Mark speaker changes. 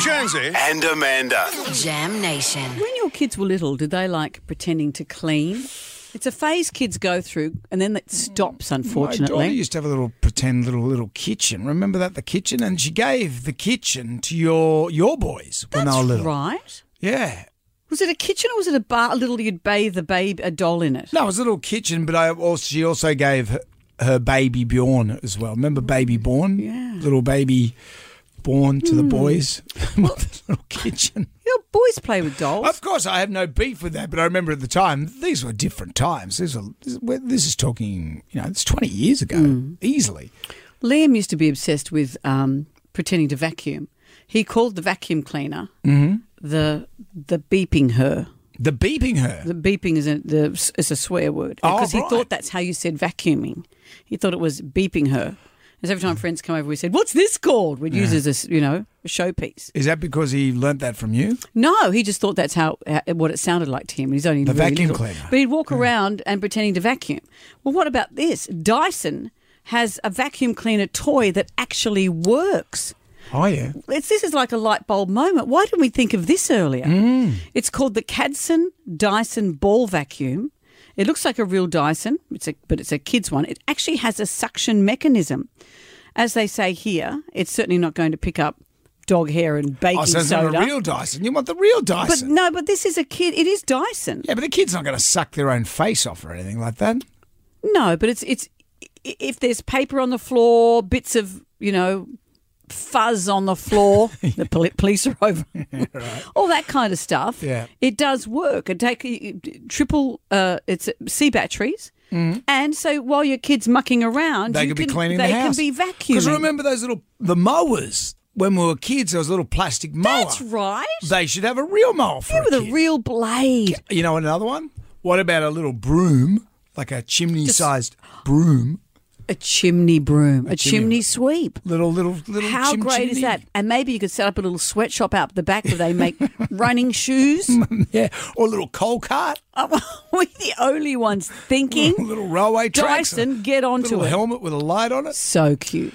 Speaker 1: Jonesy and Amanda.
Speaker 2: Jam Nation.
Speaker 3: When your kids were little, did they like pretending to clean? It's a phase kids go through, and then it stops,
Speaker 4: My daughter
Speaker 3: unfortunately.
Speaker 4: used to have a little pretend little little kitchen. Remember that the kitchen, and she gave the kitchen to your your boys when they were
Speaker 3: That's
Speaker 4: little.
Speaker 3: right.
Speaker 4: Yeah.
Speaker 3: Was it a kitchen or was it a bar? A little you'd bathe the babe a doll in it.
Speaker 4: No, it was a little kitchen, but I also, she also gave her, her baby Bjorn as well. Remember baby Born?
Speaker 3: Yeah. Hmm.
Speaker 4: Little baby Born to the boys. Mother's little kitchen.
Speaker 3: Your boys play with dolls.
Speaker 4: Of course, I have no beef with that, but I remember at the time these were different times. These were, this, is- well, this is talking, you know, it's twenty years ago,
Speaker 3: Hmm.
Speaker 4: easily.
Speaker 3: Liam used to be obsessed with um, pretending to vacuum. He called the vacuum cleaner the the beeping her.
Speaker 4: The beeping her.
Speaker 3: The beeping is a the, is a swear word
Speaker 4: Oh,
Speaker 3: because he
Speaker 4: right.
Speaker 3: thought that's how you said vacuuming. He thought it was beeping her. And so every time friends come over, we said, "What's this called?" We'd use it as a, you know a showpiece.
Speaker 4: Is that because he learnt that from you?
Speaker 3: No, he just thought that's how uh, what it sounded like to him. He's only
Speaker 4: The
Speaker 3: really
Speaker 4: vacuum
Speaker 3: little.
Speaker 4: cleaner.
Speaker 3: But he'd walk around and pretending to vacuum. Well, what about this? Dyson has a vacuum cleaner toy that actually works.
Speaker 4: Oh yeah.
Speaker 3: It's, this is like a light bulb moment. Why didn't we think of this earlier?
Speaker 4: Mm.
Speaker 3: It's called the Cadson Dyson Ball Vacuum. It looks like a real Dyson, it's a, but it's a kid's one. It actually has a suction mechanism. As they say here, it's certainly not going to pick up dog hair and baking
Speaker 4: Oh, so it's
Speaker 3: soda.
Speaker 4: not a real Dyson. You want the real
Speaker 3: but
Speaker 4: Dyson?
Speaker 3: no, but this is a kid. It is Dyson.
Speaker 4: yeah, but the kid's not going to suck their own face off or anything like that.
Speaker 3: No, but it's it's i- if there's paper on the floor, bits of you know fuzz on the floor, the poli- police are over, all that kind of stuff.
Speaker 4: Yeah.
Speaker 3: it does work. It take it- triple uh, it's C batteries. And so while your kids mucking around,
Speaker 4: Mm-hmm. They
Speaker 3: you
Speaker 4: could be
Speaker 3: can-
Speaker 4: cleaning
Speaker 3: they
Speaker 4: the house.
Speaker 3: can be
Speaker 4: Because
Speaker 3: vacuuming.
Speaker 4: remember those little the mowers when we were kids? There was a little plastic mower.
Speaker 3: that's right.
Speaker 4: They should have a real mower for
Speaker 3: With
Speaker 4: a
Speaker 3: a
Speaker 4: kid.
Speaker 3: real blade.
Speaker 4: You know another one? What about a little broom, like a chimney-sized broom?
Speaker 3: A chimney broom, a, chimney, sweep.
Speaker 4: Little little little.
Speaker 3: How
Speaker 4: chim-
Speaker 3: great is
Speaker 4: chimney.
Speaker 3: that? And maybe you could set up a little sweatshop out the back where they make running shoes.
Speaker 4: yeah, or a little coal cart,
Speaker 3: We're the only ones
Speaker 4: a
Speaker 3: thinking.
Speaker 4: little railway tracks,
Speaker 3: Dyson, get onto
Speaker 4: little
Speaker 3: it.
Speaker 4: helmet with a light on it.
Speaker 3: So cute.